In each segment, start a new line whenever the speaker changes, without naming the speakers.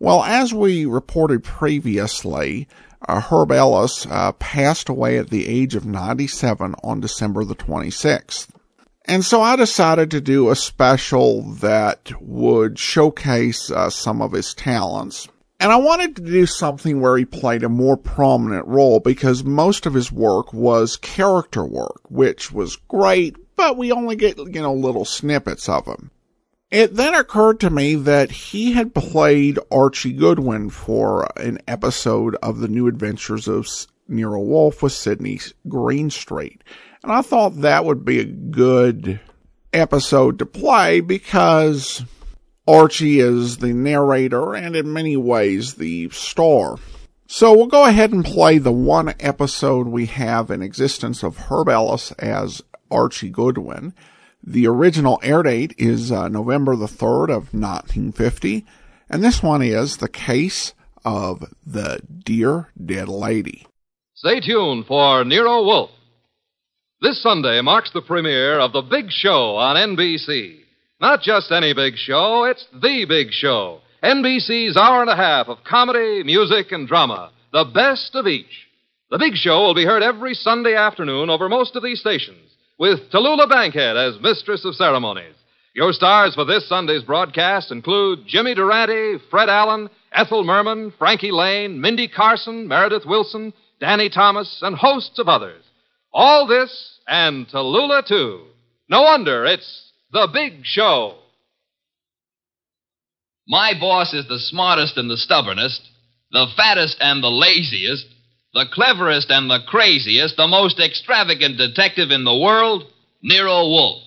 Well, as we reported previously, uh, Herb Ellis uh, passed away at the age of 97 on December the 26th. And so I decided to do a special that would showcase uh, some of his talents. And I wanted to do something where he played a more prominent role because most of his work was character work, which was great, but we only get, you know, little snippets of him. It then occurred to me that he had played Archie Goodwin for an episode of The New Adventures of S- Nero Wolfe with Sidney Greenstreet. And I thought that would be a good episode to play because Archie is the narrator and in many ways the star. So we'll go ahead and play the one episode we have in existence of Herb Ellis as Archie Goodwin. The original air date is uh, November the 3rd of 1950, and this one is The Case of the Dear Dead Lady.
Stay tuned for Nero Wolf. This Sunday marks the premiere of The Big Show on NBC. Not just any big show, it's The Big Show. NBC's hour and a half of comedy, music, and drama. The best of each. The Big Show will be heard every Sunday afternoon over most of these stations, with Tallulah Bankhead as Mistress of Ceremonies. Your stars for this Sunday's broadcast include Jimmy Durante, Fred Allen, Ethel Merman, Frankie Lane, Mindy Carson, Meredith Wilson, Danny Thomas, and hosts of others. All this and Tallulah, too. No wonder it's The Big Show.
My boss is the smartest and the stubbornest, the fattest and the laziest, the cleverest and the craziest, the most extravagant detective in the world, Nero Wolf.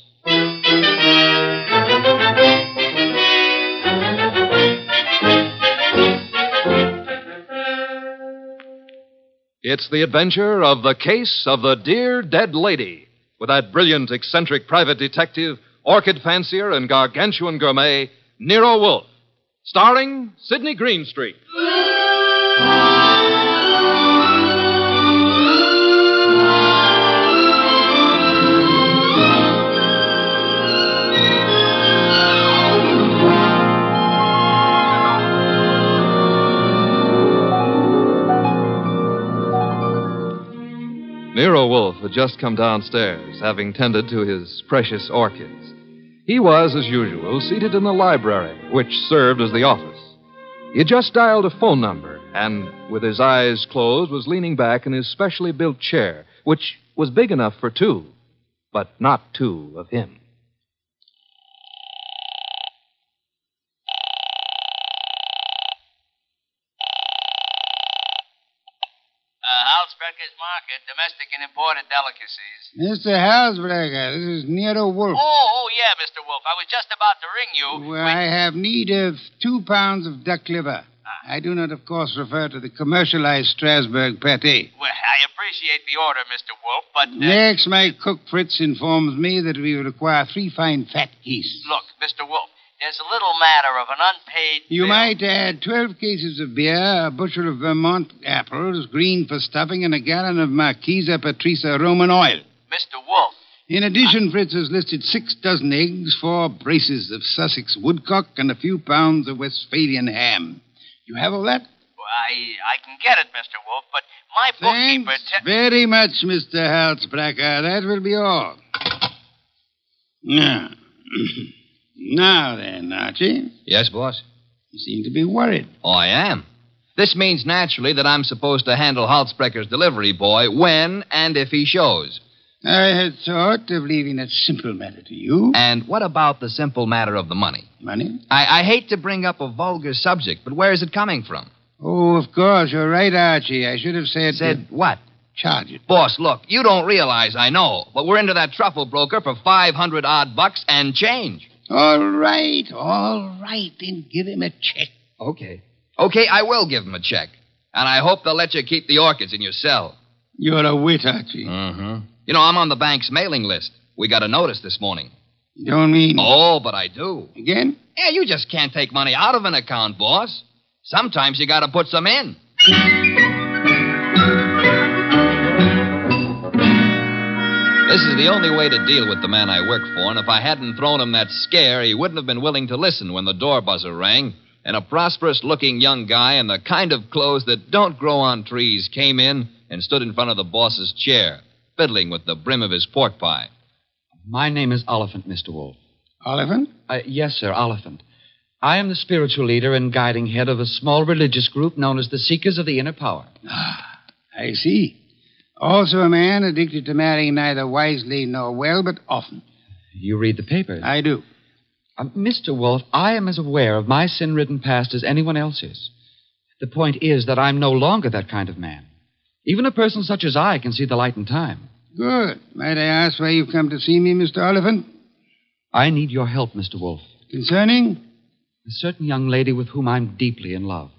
It's the adventure of the case of the dear dead lady with that brilliant, eccentric private detective, orchid fancier, and gargantuan gourmet, Nero Wolfe, starring Sidney Greenstreet. Nero Wolfe had just come downstairs, having tended to his precious orchids. He was, as usual, seated in the library, which served as the office. He had just dialed a phone number, and with his eyes closed, was leaning back in his specially built chair, which was big enough for two, but not two of him.
Uh, Halsbrecker's Market, domestic and imported delicacies.
Mr. Halsberger, this is Nero Wolf.
Oh, oh, yeah, Mr. Wolf. I was just about to ring
oh,
you.
Well, I have need of two pounds of duck liver. I do not, of course, refer to the commercialized Strasbourg pate.
Well, I appreciate the order, Mr. Wolf, but. Uh,
Next, my cook Fritz informs me that we require three fine fat geese.
Look, Mr. Wolf, there's a little matter of an unpaid.
You
bill.
might add 12 cases of beer, a bushel of Vermont apples, green for stuffing, and a gallon of Marquesa Patrisa Roman oil.
Mr. Wolf.
In addition, Fritz has listed six dozen eggs, four braces of Sussex woodcock, and a few pounds of Westphalian ham. You have all that?
I, I can get it, Mr. Wolf, but my
Thanks
bookkeeper. te-
very much, Mr. Halsbracker. That will be all. Now, now then, Archie,
Yes, boss?
you seem to be worried.
Oh, I am. This means naturally that I'm supposed to handle Halsbrecker's delivery boy when and if he shows.
I had thought of leaving that simple matter to you.
And what about the simple matter of the money?
Money?
I, I hate to bring up a vulgar subject, but where is it coming from?
Oh, of course, you're right, Archie. I should have said.
Said what?
charge it.
Boss, look, you don't realize, I know, but we're into that truffle broker for 500 odd bucks and change.
All right, all right. Then give him a check.
Okay. Okay, I will give him a check. And I hope they'll let you keep the orchids in your cell.
You're a wit, Archie.
Uh-huh. You know, I'm on the bank's mailing list. We got a notice this morning.
you don't mean.
Oh, but I do.
Again?
Yeah, you just can't take money out of an account, boss. Sometimes you gotta put some in. This is the only way to deal with the man I work for, and if I hadn't thrown him that scare, he wouldn't have been willing to listen when the door buzzer rang. And a prosperous looking young guy in the kind of clothes that don't grow on trees came in and stood in front of the boss's chair, fiddling with the brim of his pork pie.
My name is Oliphant, Mr. Wolf.
Oliphant?
Uh, yes, sir, Oliphant. I am the spiritual leader and guiding head of a small religious group known as the Seekers of the Inner Power.
I see. Also a man addicted to marrying neither wisely nor well, but often.
You read the papers.
I do.
Uh, Mr. Wolf, I am as aware of my sin ridden past as anyone else is. The point is that I'm no longer that kind of man. Even a person such as I can see the light in time.
Good. Might I ask why you've come to see me, Mr. Oliphant?
I need your help, Mr. Wolf.
Concerning?
A certain young lady with whom I'm deeply in love.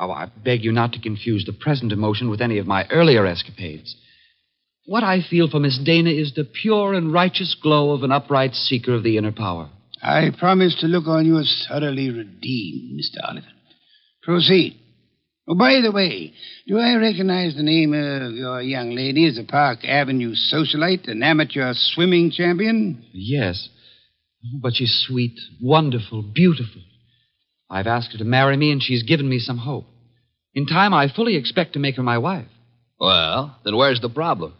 Oh, I beg you not to confuse the present emotion with any of my earlier escapades. What I feel for Miss Dana is the pure and righteous glow of an upright seeker of the inner power.
I promise to look on you as thoroughly redeemed, Mr. Oliphant. Proceed. Oh, by the way, do I recognize the name of your young lady as a Park Avenue socialite, an amateur swimming champion?
Yes, but she's sweet, wonderful, beautiful. I've asked her to marry me, and she's given me some hope. In time, I fully expect to make her my wife.
Well, then where's the problem?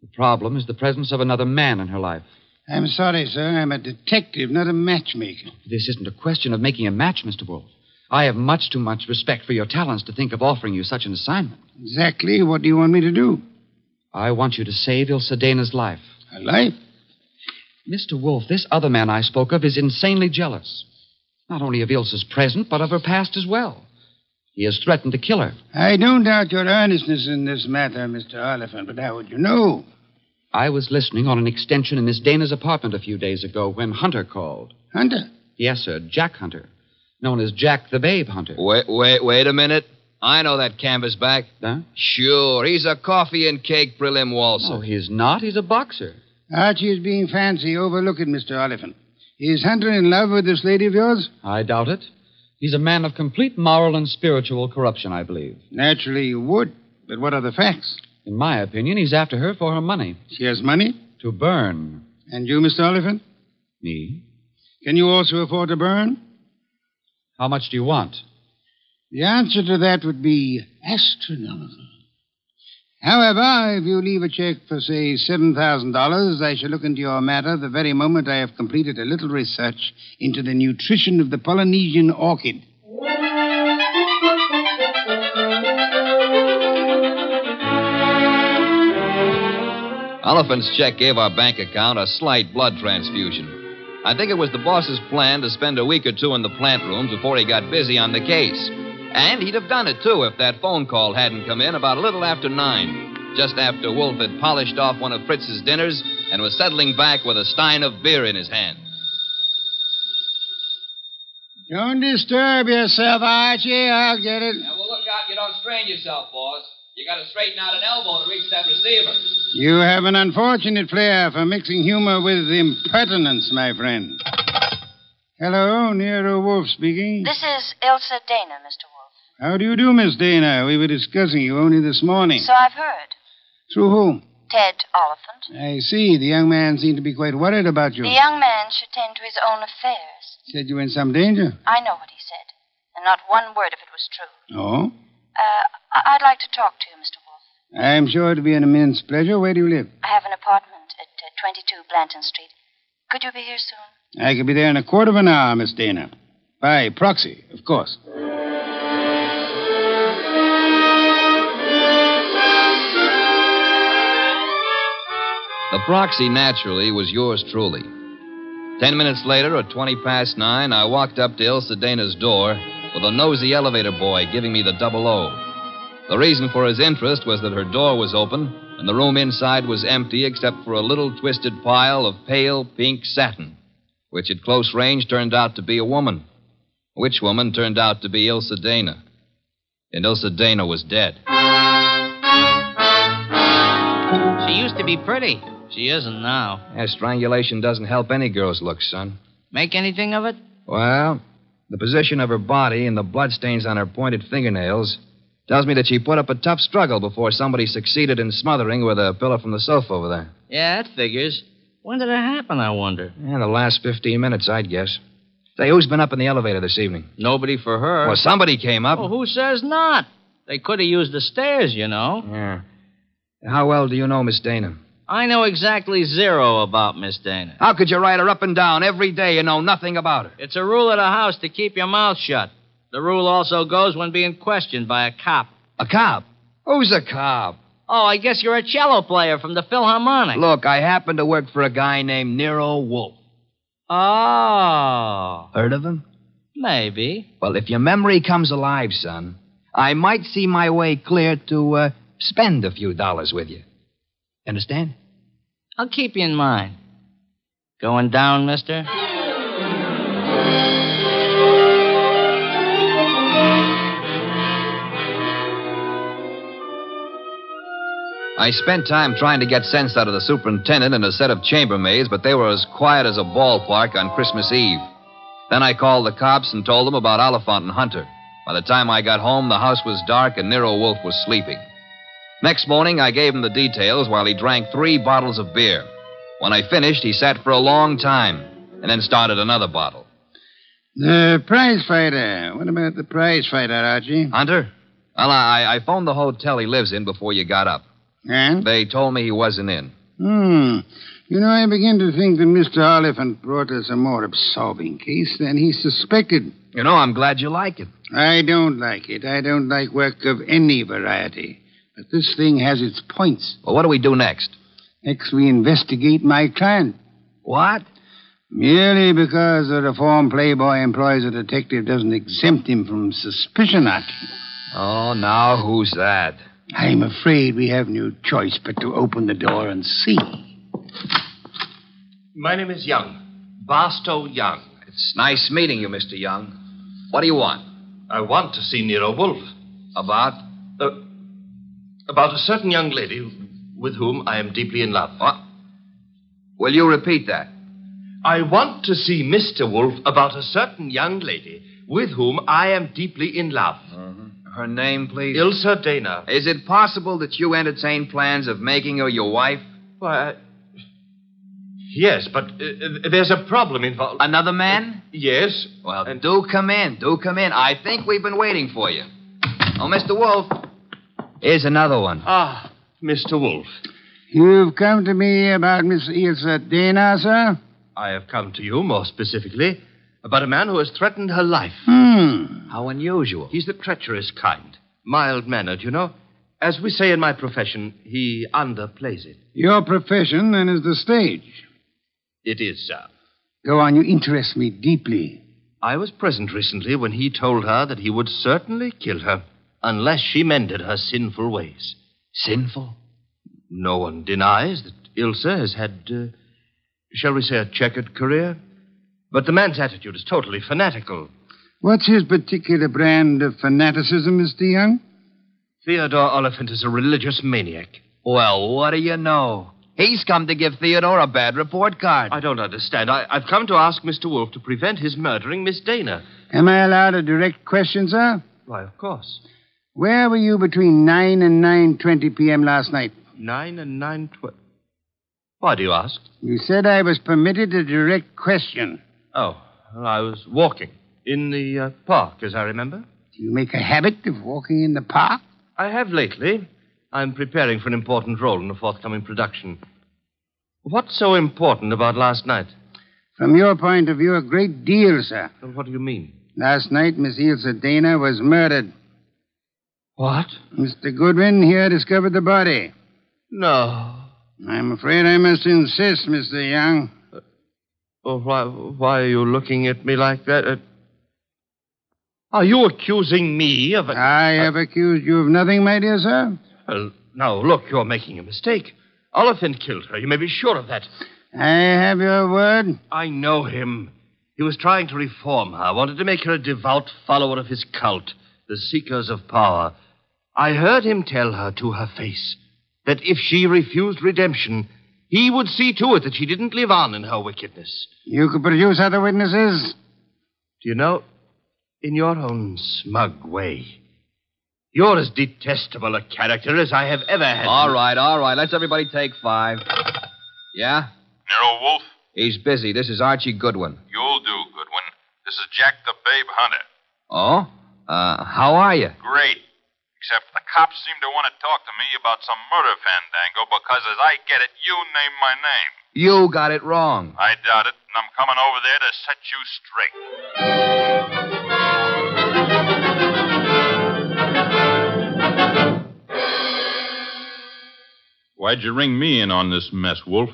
The problem is the presence of another man in her life.
I'm sorry, sir. I'm a detective, not a matchmaker.
This isn't a question of making a match, Mr. Wolf. I have much too much respect for your talents to think of offering you such an assignment.
Exactly what do you want me to do?
I want you to save Ilsa Dana's life.
A life?
Mr. Wolf, this other man I spoke of is insanely jealous. Not only of Ilsa's present, but of her past as well. He has threatened to kill her.
I don't doubt your earnestness in this matter, Mr. Oliphant, but how would you know?
I was listening on an extension in Miss Dana's apartment a few days ago when Hunter called.
Hunter,
Yes, sir, Jack Hunter. Known as Jack the Babe Hunter.
Wait, wait, wait a minute. I know that canvasback.
Huh?
Sure, he's a coffee and cake prelim
No,
waltzer.
he's not. He's a boxer.
Archie is being fancy. Overlook it, Mr. Oliphant. Is Hunter in love with this lady of yours?
I doubt it. He's a man of complete moral and spiritual corruption, I believe.
Naturally, you would. But what are the facts?
In my opinion, he's after her for her money.
She has money.
To burn.
And you, Mr. Oliphant?
Me?
Can you also afford to burn?
How much do you want?
The answer to that would be astronomical. However, if you leave a check for, say, $7,000, I shall look into your matter the very moment I have completed a little research into the nutrition of the Polynesian orchid.
Elephant's check gave our bank account a slight blood transfusion. I think it was the boss's plan to spend a week or two in the plant rooms before he got busy on the case. And he'd have done it, too, if that phone call hadn't come in about a little after nine, just after Wolf had polished off one of Fritz's dinners and was settling back with a stein of beer in his hand.
Don't disturb yourself, Archie. I'll get it.
well, look out you don't strain yourself, boss. You gotta straighten out an elbow to reach that receiver.
You have an unfortunate flair for mixing humor with impertinence, my friend. Hello, Nero Wolf speaking.
This is Elsa Dana, Mr. Wolf.
How do you do, Miss Dana? We were discussing you only this morning.
So I've heard.
Through whom?
Ted Oliphant.
I see. The young man seemed to be quite worried about you.
The young man should tend to his own affairs.
Said you were in some danger.
I know what he said, and not one word of it was true.
Oh?
Uh, I- I'd like to talk to you, Mr. Wolf.
I'm sure it'd be an immense pleasure. Where do you live?
I have an apartment at uh, 22 Blanton Street. Could you be here soon?
I could be there in a quarter of an hour, Miss Dana. By proxy, of course.
The proxy, naturally, was yours truly. Ten minutes later, at 20 past nine, I walked up to Ilsa Dana's door with a nosy elevator boy giving me the double O. The reason for his interest was that her door was open and the room inside was empty except for a little twisted pile of pale pink satin, which at close range turned out to be a woman. Which woman turned out to be Ilsa Dana. And Ilsa Dana was dead.
She used to be pretty. She isn't now.
Yeah, strangulation doesn't help any girl's looks, son.
Make anything of it?
Well, the position of her body and the bloodstains on her pointed fingernails tells me that she put up a tough struggle before somebody succeeded in smothering with a pillow from the sofa over there.
Yeah, that figures. When did it happen, I wonder?
Yeah, the last 15 minutes, I'd guess. Say, who's been up in the elevator this evening?
Nobody for her.
Well, somebody came up.
Well, who says not? They could have used the stairs, you know.
Yeah. How well do you know Miss Dana?
I know exactly zero about Miss Dana.
How could you ride her up and down every day you know nothing about her?
It's a rule of the house to keep your mouth shut. The rule also goes when being questioned by a cop.
A cop. Who's a cop?
Oh, I guess you're a cello player from the Philharmonic.
Look, I happen to work for a guy named Nero Wolf.
Oh,
Heard of him?
maybe.
Well, if your memory comes alive, son, I might see my way clear to uh, spend a few dollars with you. Understand?
I'll keep you in mind. Going down, mister?
I spent time trying to get sense out of the superintendent and a set of chambermaids, but they were as quiet as a ballpark on Christmas Eve. Then I called the cops and told them about Oliphant and Hunter. By the time I got home, the house was dark and Nero Wolf was sleeping. Next morning, I gave him the details while he drank three bottles of beer. When I finished, he sat for a long time and then started another bottle.
The prize fighter. What about the prize fighter, Archie?
Hunter? Well, I, I phoned the hotel he lives in before you got up.
And?
They told me he wasn't in.
Hmm. You know, I begin to think that Mr. Oliphant brought us a more absorbing case than he suspected.
You know, I'm glad you like it.
I don't like it. I don't like work of any variety. But this thing has its points.
Well, what do we do next?
Next, we investigate my client.
What?
Merely because a reform playboy employs a detective doesn't exempt him from suspicion, Archie.
Oh, now who's that?
I'm afraid we have no choice but to open the door and see.
My name is Young. Barstow Young.
It's nice meeting you, Mr. Young. What do you want?
I want to see Nero Wolf.
About?
Uh, about a certain young lady with whom I am deeply in love.
What? Will you repeat that?
I want to see Mr. Wolf about a certain young lady with whom I am deeply in love.
Her name, please.
Ilsa Dana.
Is it possible that you entertain plans of making her your wife?
Why, I... Yes, but uh, there's a problem involved. Uh,
Another man?
Yes.
Well,
and
do come in. Do come in. I think we've been waiting for you. Oh, Mr. Wolf. Here's another one.
ah, Mr. Wolf,
You've come to me about Miss Ilsa Dana, sir?
I have come to you more specifically about a man who has threatened her life.
Hmm.
How unusual.
He's the treacherous kind, mild mannered, you know. As we say in my profession, he underplays it.
Your profession, then, is the stage.
It is, sir.
Go on, you interest me deeply.
I was present recently when he told her that he would certainly kill her unless she mended her sinful ways.
Sinful?
No one denies that Ilsa has had, uh, shall we say, a checkered career. But the man's attitude is totally fanatical.
What's his particular brand of fanaticism, Mr. Young?
Theodore Oliphant is a religious maniac.
Well, what do you know? He's come to give Theodore a bad report card.
I don't understand. I, I've come to ask Mr. Wolfe to prevent his murdering Miss Dana.
Am I allowed a direct question, sir?
Why, of course.
Where were you between 9 and 9.20 p.m. last night?
Nine and nine twelve. Why do you ask?
You said I was permitted a direct question.
Oh, well, I was walking in the uh, park, as I remember.
Do you make a habit of walking in the park?
I have lately. I'm preparing for an important role in a forthcoming production. What's so important about last night?
From your point of view, a great deal, sir.
Well, What do you mean?
Last night, Miss Ilsa Dana was murdered.
What?
Mr. Goodwin here discovered the body.
No.
I'm afraid I must insist, Mr. Young.
Well, Oh, why, why are you looking at me like that? Uh, Are you accusing me of a...
I have accused you of nothing, my dear sir.
Well, now, look, you're making a mistake. Oliphant killed her. You may be sure of that.
I have your word.
I know him. He was trying to reform her, wanted to make her a devout follower of his cult, the Seekers of Power. I heard him tell her to her face that if she refused redemption, he would see to it that she didn't live on in her wickedness.
You could produce other witnesses?
Do you know, in your own smug way, you're as detestable a character as I have ever had.
All right, all right. Let's everybody take five. Yeah?
Nero Wolf,
He's busy. This is Archie Goodwin.
you'll do, Goodwin. This is Jack the Babe Hunter.
Oh? Uh, how are you?
Great. Except the cops seem to want to talk to me about some murder fandango because, as I get it, you name my name.
You got it wrong.
I doubt it, and I'm coming over there to set you straight.
Why'd you ring me in on this mess, Wolf?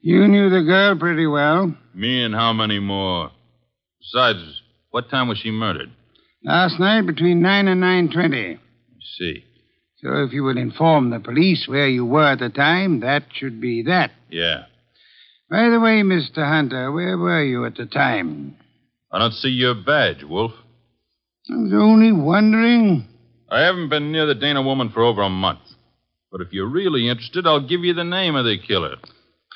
You knew the girl pretty well.
Me and how many more? Besides, what time was she murdered?
Last night between 9 and 9.20.
See.
So if you will inform the police where you were at the time, that should be that.
Yeah.
By the way, Mr. Hunter, where were you at the time?
I don't see your badge, Wolf.
I was only wondering.
I haven't been near the Dana woman for over a month. But if you're really interested, I'll give you the name of the killer.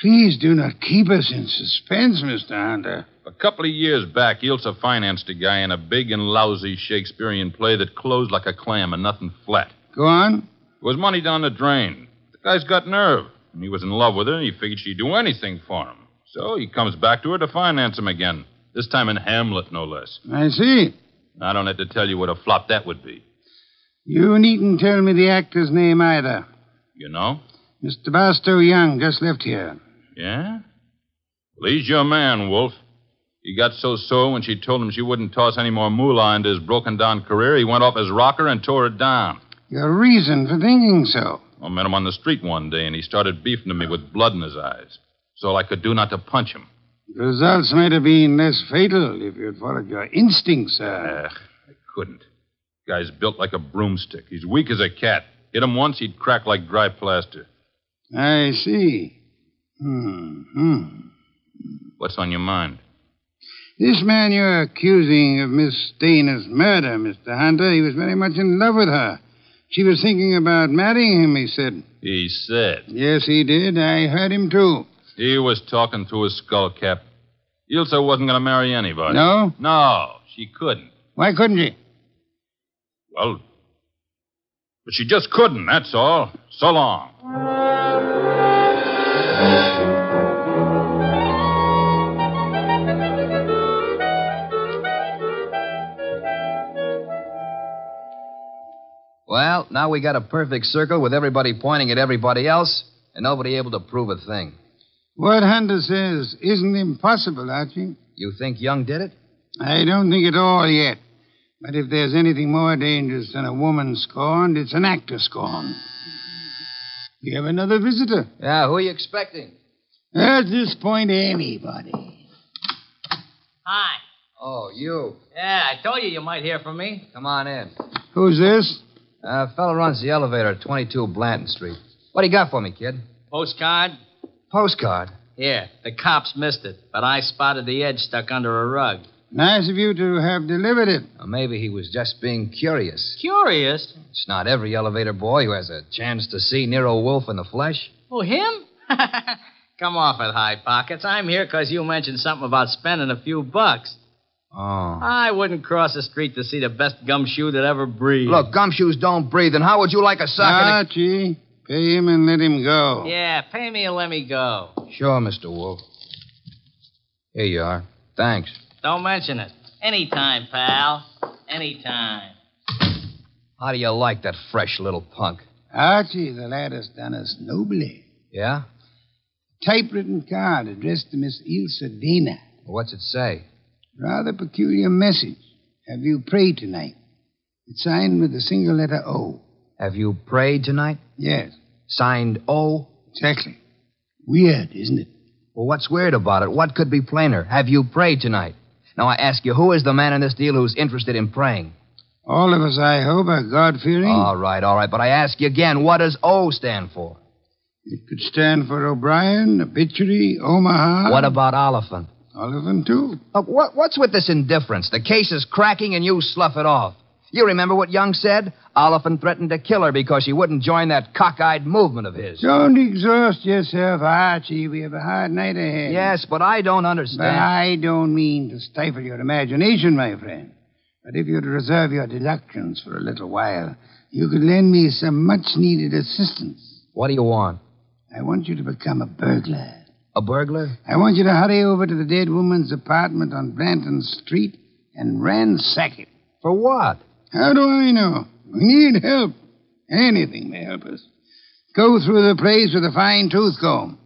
Please do not keep us in suspense, Mr. Hunter.
A couple of years back, Ilsa financed a guy in a big and lousy Shakespearean play that closed like a clam and nothing flat.
Go on.
It was money down the drain. The guy's got nerve, and he was in love with her, and he figured she'd do anything for him. So he comes back to her to finance him again, this time in Hamlet, no less.
I see.
I don't have to tell you what a flop that would be,
You needn't tell me the actor's name either.
you know?
Mr. Barstow Young just left here.
Yeah? Well, he's your man, Wolf. He got so sore when she told him she wouldn't toss any more moolah into his broken down career, he went off his rocker and tore it down.
Your reason for thinking so.
I met him on the street one day, and he started beefing to me with blood in his eyes. It's all I could do not to punch him.
The results might have been less fatal if you'd followed your instincts, sir.
Ugh, I couldn't. Guy's built like a broomstick. He's weak as a cat. Hit him once, he'd crack like dry plaster.
I see. Hmm. hmm.
What's on your mind?
This man you're accusing of Miss Dana's murder, Mr. Hunter, he was very much in love with her. She was thinking about marrying him, he said.
He said.
Yes, he did. I heard him, too.
He was talking through his skull cap. Ilsa wasn't going to marry anybody.
No?
No, she couldn't.
Why couldn't she?
Well, but she just couldn't, that's all. So long.
Well, now we got a perfect circle with everybody pointing at everybody else and nobody able to prove a thing.
What Hunter says isn't impossible, Archie.
You think Young did it?
I don't think at all yet. But if there's anything more dangerous than a woman scorned, it's an actor scorned. We have another visitor.
Yeah, who are you expecting?
At this point, anybody.
Hi.
Oh, you.
Yeah, I told you you might hear from me.
Come on in.
Who's this?
Uh, fella runs the elevator at 22 Blanton Street. What do you got for me, kid?
Postcard?
Postcard.
Here, the cops missed it, but I spotted the edge stuck under a rug.
Nice of you to have delivered it.
Or maybe he was just being curious.
Curious?
It's not every elevator boy who has a chance to see Nero Wolf in the flesh.
Oh, him? Come off it, High Pockets. I'm here 'cause you mentioned something about spending a few bucks.
Oh.
I wouldn't cross the street to see the best gumshoe that ever breathed.
Look, gumshoes don't breathe, and how would you like a sock?
Archie, pay him and let him go.
Yeah, pay me and let me go.
in a- Sure, Mr. Wolf. Here you are. Thanks.
Don't mention it. Anytime, pal. Anytime.
How do you like that fresh little punk?
Archie, the lad has done us nobly.
Yeah?
Typewritten card addressed to Miss Ilsa Dana.
What's it say?
Rather peculiar message. Have you prayed tonight? It's signed with a single letter O.
Have you prayed tonight?
Yes,
Signed O?
exactly. Weird, isn't it?
Well, what's weird about it? What could be plainer? Have you prayed tonight? Now, I ask you, who is the man in this deal who's interested in praying?
All of us, I hope, are God fearing.
Uh,
All right, all right, but I ask you again, what does O stand for?
It could stand for O'Brien, Obituary, Omaha.
What about Oliphant?
All of them, too.
Uh, Look, what, what's with this indifference? The case is cracking and you slough it off. You remember what Young said? Oliphant threatened to kill her because she wouldn't join that cockeyed movement of his.
Don't exhaust yourself, Archie. We have a hard night ahead.
Yes, but I don't
But
understand.
I don't mean to stifle your imagination, my friend. But if you'd reserve your deductions for a little while, you could lend me some much needed assistance.
What do you want?
I want you to become a burglar.
A burglar?
I want you to hurry over to the dead woman's apartment on Blanton Street and ransack it.
For what?
How do I know? We need help. Anything may help us. Go through the place with a fine tooth comb.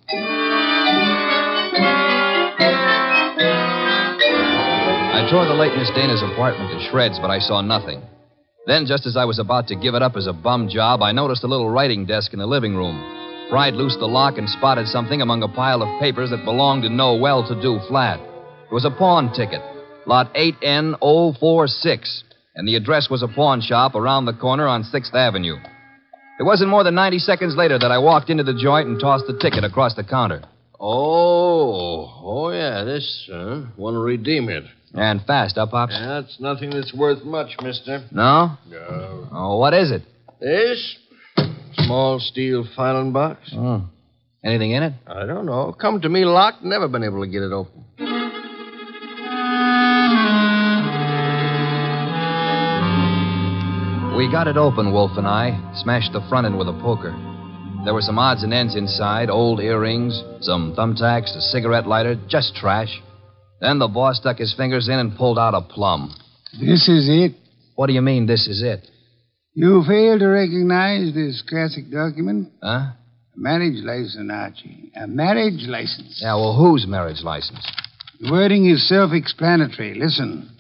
I
tore the late Miss Dana's apartment to shreds, but I saw nothing. Then, just as I was about to give it up as a bum job, I noticed a little writing desk in the living room. Pried loose the lock and spotted something among a pile of papers that belonged to no well to do flat. It was a pawn ticket, lot 8N046, and the address was a pawn shop around the corner on 6th Avenue. It wasn't more than 90 seconds later that I walked into the joint and tossed the ticket across the counter.
Oh, oh yeah, this, huh? Want to redeem it?
And fast, up, Pops.
That's nothing that's worth much, mister.
No?
No.
Oh, what is it?
This? Small steel filing box?
Oh. Anything in it?
I don't know. Come to me locked, never been able to get it open.
We got it open, Wolf and I. Smashed the front end with a poker. There were some odds and ends inside old earrings, some thumbtacks, a cigarette lighter, just trash. Then the boss stuck his fingers in and pulled out a plum.
This is it.
What do you mean, this is it?
You fail to recognize this classic document?
Huh?
A marriage license, Archie. A marriage license.
Yeah, well, whose marriage license?
The wording is self explanatory. Listen.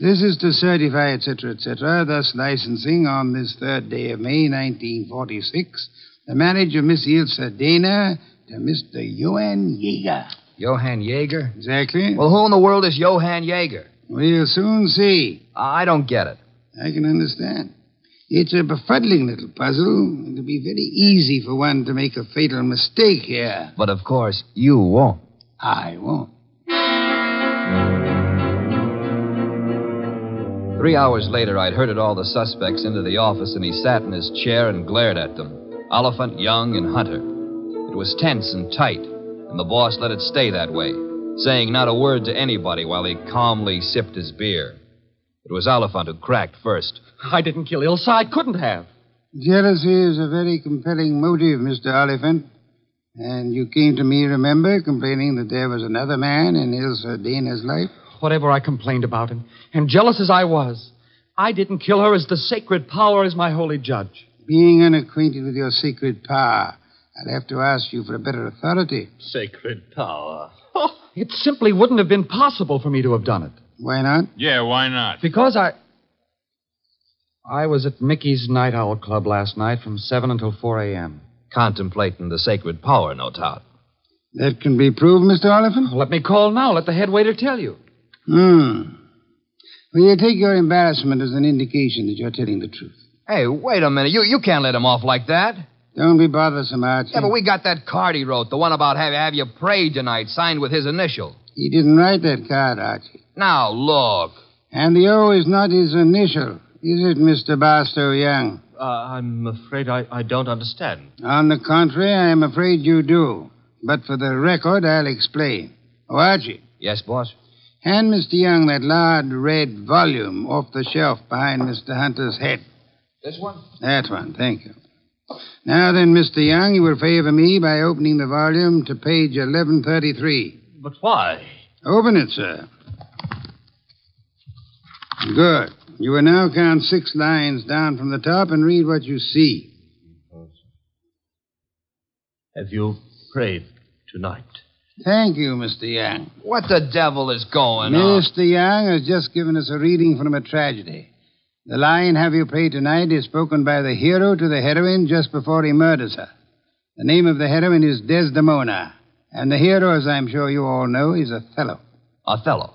This is to certify, etc., etc., thus licensing on this third day of May, 1946, the marriage of Miss Ilsa Dana to Mr. Johann Jaeger.
Johann Jaeger?
Exactly.
Well, who in the world is Johann Jaeger?
We'll soon see.
I don't get it.
I can understand. It's a befuddling little puzzle. It'll be very easy for one to make a fatal mistake here.
But of course, you won't.
I won't.
Three hours later, I'd herded all the suspects into the office, and he sat in his chair and glared at them Oliphant, Young, and Hunter. It was tense and tight, and the boss let it stay that way, saying not a word to anybody while he calmly sipped his beer. It was Oliphant who cracked first.
I didn't kill Ilsa. I couldn't have.
Jealousy is a very compelling motive, Mr. Oliphant. And you came to me, remember, complaining that there was another man in Ilsa Dana's life?
Whatever I complained about him, and jealous as I was, I didn't kill her as the sacred power is my holy judge.
Being unacquainted with your sacred power, I'll have to ask you for a better authority.
Sacred power.
Oh, It simply wouldn't have been possible for me to have done it.
Why not?
Yeah, why not?
Because I. I was at Mickey's Night Owl Club last night from 7 until 4 a.m.
Contemplating the sacred power, no doubt.
That can be proved, Mr. Oliphant?
Let me call now. Let the head waiter tell you.
Hmm. Will you take your embarrassment as an indication that you're telling the truth?
Hey, wait a minute. You, you can't let him off like that.
Don't be bothersome, Archie.
Yeah, but we got that card he wrote, the one about have, have you prayed tonight, signed with his initial.
He didn't write that card, Archie.
Now, look.
And the O is not his initial, is it, Mr. Barstow Young?
Uh, I'm afraid I, I don't understand.
On the contrary, I am afraid you do. But for the record, I'll explain. Oh, Archie,
Yes, boss?
hand Mr. Young that large red volume off the shelf behind Mr. Hunter's head.
This one?
That one, thank you. Now then, Mr. Young, you will favor me by opening the volume to page 1133.
But why?
Open it, sir. Good. You will now count six lines down from the top and read what you see.
Have you prayed tonight?
Thank you, Mr. Young.
What the devil is going on?
Mr. Young has just given us a reading from a tragedy. The line, Have You Prayed Tonight, is spoken by the hero to the heroine just before he murders her. The name of the heroine is Desdemona, and the hero, as I'm sure you all know, is Othello.
Othello.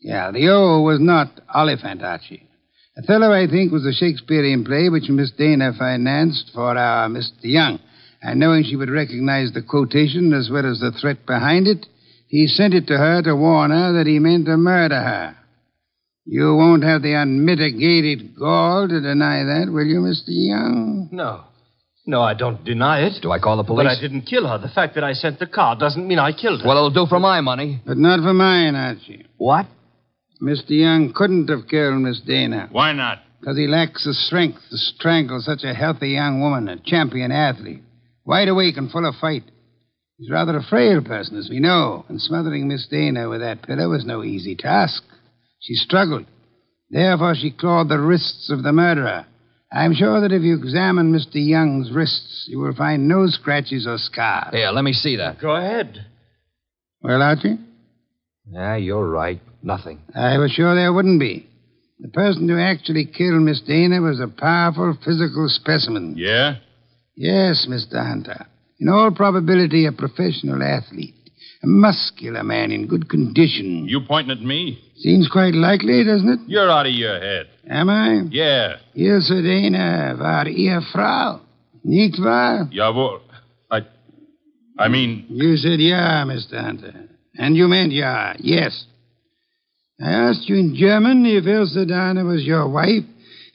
Yeah, the O was not Oliphant, Archie. Othello, I think, was a Shakespearean play which Miss Dana financed for our Mr. Young. And knowing she would recognize the quotation as well as the threat behind it, he sent it to her to warn her that he meant to murder her. You won't have the unmitigated gall to deny that, will you, Mr. Young?
No. No, I don't deny it.
Do I call the police?
But I didn't kill her. The fact that I sent the car doesn't mean I killed her.
Well, it'll do for my money.
But not for mine, Archie.
What?
Mr. Young couldn't have killed Miss Dana.
Why not?
Because he lacks the strength to strangle such a healthy young woman, a champion athlete, wide awake and full of fight. He's rather a frail person, as we know, and smothering Miss Dana with that pillow was no easy task. She struggled. Therefore, she clawed the wrists of the murderer. I'm sure that if you examine Mr. Young's wrists, you will find no scratches or scars.
Eh.
Here, let me see that.
Go ahead.
Well, Archie?
Yeah, you're right. Nothing.
I was sure there wouldn't be. The person who actually killed Miss Dana was a powerful physical specimen.
Yeah?
Yes, Mr. Hunter. In all probability, a professional athlete. A muscular man in good condition.
You pointing at me?
Seems quite likely, doesn't it?
You're out of your head.
Am I?
Yeah.
Ilse Dana war ihr Frau, nicht wahr?
Jawohl. I. I mean.
You said ja, Mr. Hunter. And you meant ja, yes. I asked you in German if Ilse Dana was your wife,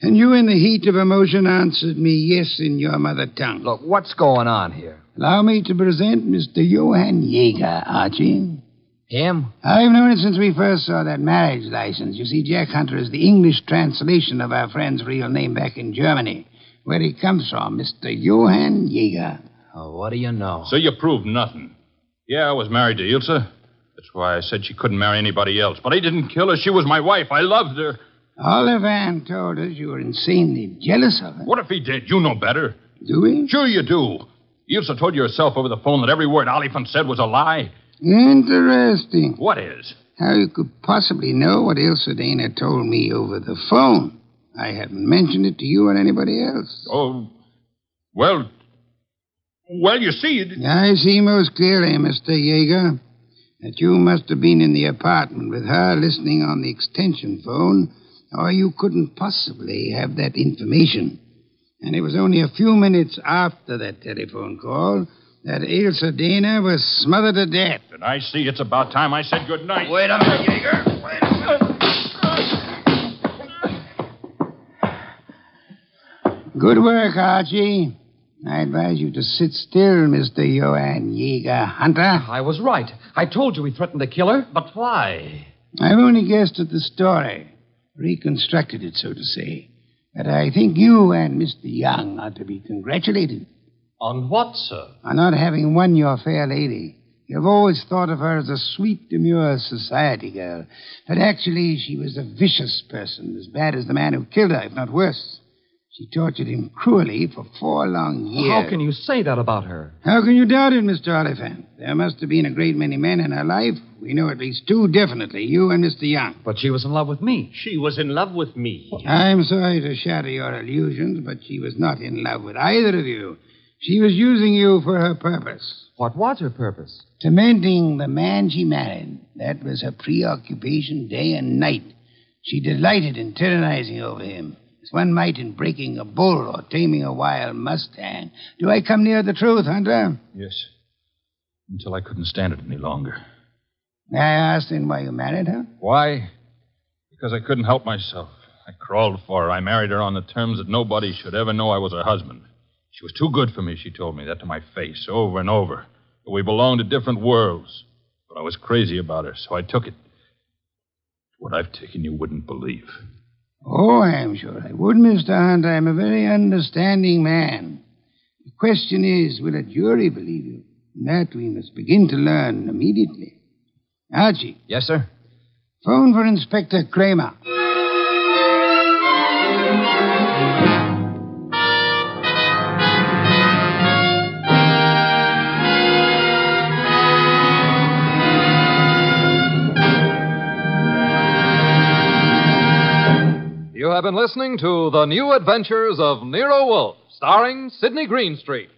and you, in the heat of emotion, answered me yes in your mother tongue.
Look, what's going on here?
Allow me to present Mr. Johann Jaeger, Archie.
Him?
I've known it since we first saw that marriage license. You see, Jack Hunter is the English translation of our friend's real name back in Germany, where he comes from, Mr. Johann Jaeger.
Oh, what do you know?
So you proved nothing. Yeah, I was married to Ilse. That's why I said she couldn't marry anybody else. But I didn't kill her. She was my wife. I loved her.
Olivan told us you were insanely jealous of her.
What if he did? You know better.
Do we?
Sure you do. Ilse told you herself over the phone that every word Oliphant said was a lie.
Interesting.
What is?
How you could possibly know what Ilse Dana told me over the phone. I haven't mentioned it to you or anybody else.
Oh, well, well, you see. It...
I see most clearly, Mr. Yeager, that you must have been in the apartment with her listening on the extension phone, or you couldn't possibly have that information. And it was only a few minutes after that telephone call that Ilse Dana was smothered to death.
And I see it's about time I said good night.
Wait a minute, Jaeger. Wait a
minute. Good work, Archie. I advise you to sit still, Mr. Johann Jaeger Hunter. I
was right. I told you he threatened to kill her.
But why?
I've only guessed at the story, reconstructed it, so to say. But I think you and Mr. Young are to be congratulated.
On what, sir?
On not having won your fair lady. You've always thought of her as a sweet, demure society girl. But actually, she was a vicious person, as bad as the man who killed her, if not worse. She tortured him cruelly for four long years.
How can you say that about her?
How can you doubt it, Mr. Oliphant? There must have been a great many men in her life. We know at least two definitely, you and Mr. Young.
But she was in love with me.
She was in love with me.
I'm sorry to shatter your illusions, but she was not in love with either of you. She was using you for her purpose.
What was her purpose?
Tormenting the man she married. That was her preoccupation day and night. She delighted in tyrannizing over him, as one might in breaking a bull or taming a wild mustang. Do I come near the truth, Hunter?
Yes. Until I couldn't stand it any longer.
May I ask then why you married her?
Why? Because I couldn't help myself. I crawled for her. I married her on the terms that nobody should ever know I was her husband. She was too good for me, she told me that to my face over and over. That we belonged to different worlds. But I was crazy about her, so I took it. What I've taken you wouldn't believe.
Oh, I'm sure I would, Mr. Hunt. I'm a very understanding man. The question is, will a jury believe you? And that we must begin to learn immediately. Archie.
Yes, sir.
Phone for Inspector Kramer.
You have been listening to The New Adventures of Nero Wolf, starring Sidney Greenstreet.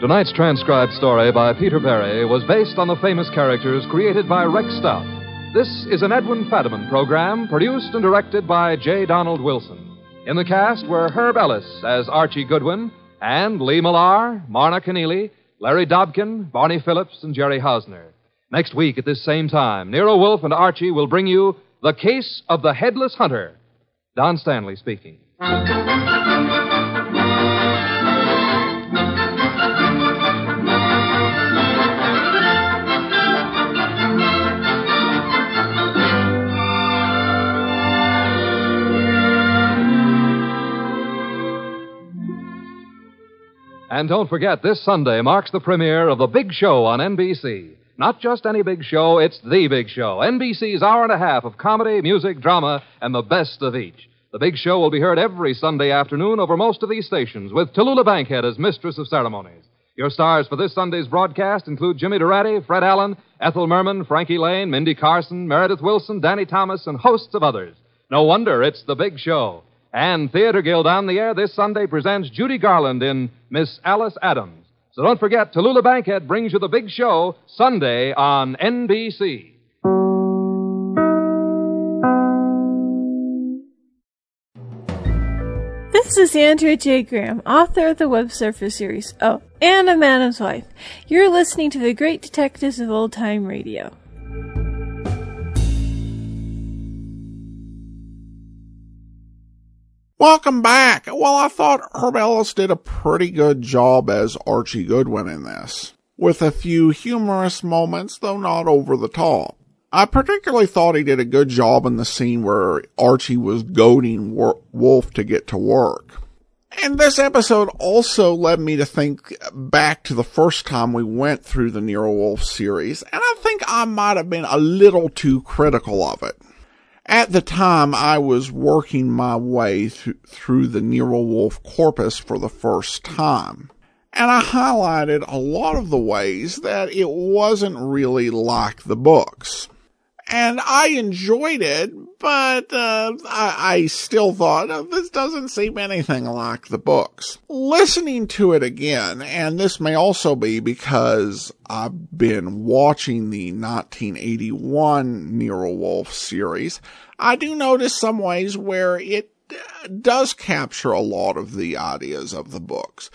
Tonight's transcribed story by Peter Berry was based on the famous characters created by Rex Stout.
This is an Edwin Fadiman program produced and directed by J. Donald Wilson. In the cast were Herb Ellis as Archie Goodwin and Lee Millar, Marna Keneally, Larry Dobkin, Barney Phillips, and Jerry Hausner. Next week at this same time, Nero Wolf and Archie will bring you The Case of the Headless Hunter. Don Stanley speaking. And don't forget, this Sunday marks the premiere of The Big Show on NBC. Not just any big show, it's The Big Show. NBC's hour and a half of comedy, music, drama, and the best of each. The Big Show will be heard every Sunday afternoon over most of these stations, with Tallulah Bankhead as mistress of ceremonies. Your stars for this Sunday's broadcast include Jimmy Durante, Fred Allen, Ethel Merman, Frankie Lane, Mindy Carson, Meredith Wilson, Danny Thomas, and hosts of others. No wonder it's The Big Show. And Theater Guild on the air this Sunday presents Judy Garland in Miss Alice Adams. So don't forget, Tallulah Bankhead brings you the big show Sunday on NBC.
This is Andrea J. Graham, author of the Web Surfer series. Oh, and a Madam's Wife. You're listening to the Great Detectives of Old Time Radio.
Welcome back. Well, I thought Herb Ellis did a pretty good job as Archie Goodwin in this, with a few humorous moments, though not over the top. I particularly thought he did a good job in the scene where Archie was goading Wor- Wolf to get to work. And this episode also led me to think back to the first time we went through the Nero Wolf series, and I think I might have been a little too critical of it. At the time, I was working my way th- through the Nero Wolf corpus for the first time. And I highlighted a lot of the ways that it wasn't really like the books. And I enjoyed it, but uh, I, I still thought "Oh, this doesn't seem anything like the books. Listening to it again, and this may also be because I've been watching the 1981 Nero Wolf series, I do notice some ways where it uh, does capture a lot of the ideas of the books,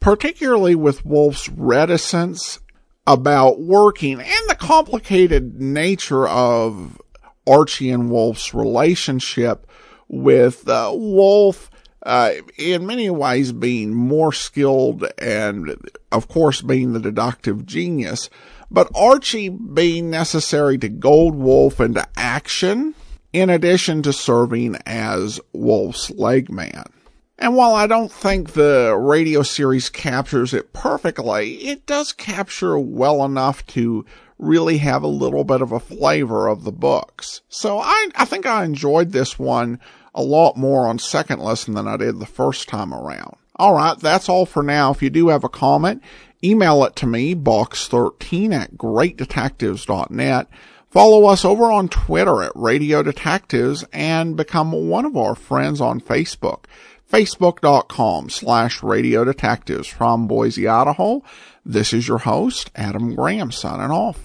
particularly with Wolf's reticence about working and the complicated nature of Archie and Wolf's relationship, with uh, Wolf uh, in many ways being more skilled and, of course, being the deductive genius, but Archie being necessary to goad Wolf into action, in addition to serving as Wolf's leg man. And while I don't think the radio series captures it perfectly, it does capture well enough to really have a little bit of a flavor of the books. So I, I think I enjoyed this one a lot more on second listen than I did the first time around. All right, that's all for now. If you do have a comment, email it to me, box13 at greatdetectives.net. Follow us over on Twitter at Radio Detectives and become one of our friends on Facebook facebook.com slash radio detectives from Boise, Idaho. This is your host, Adam Graham, signing off.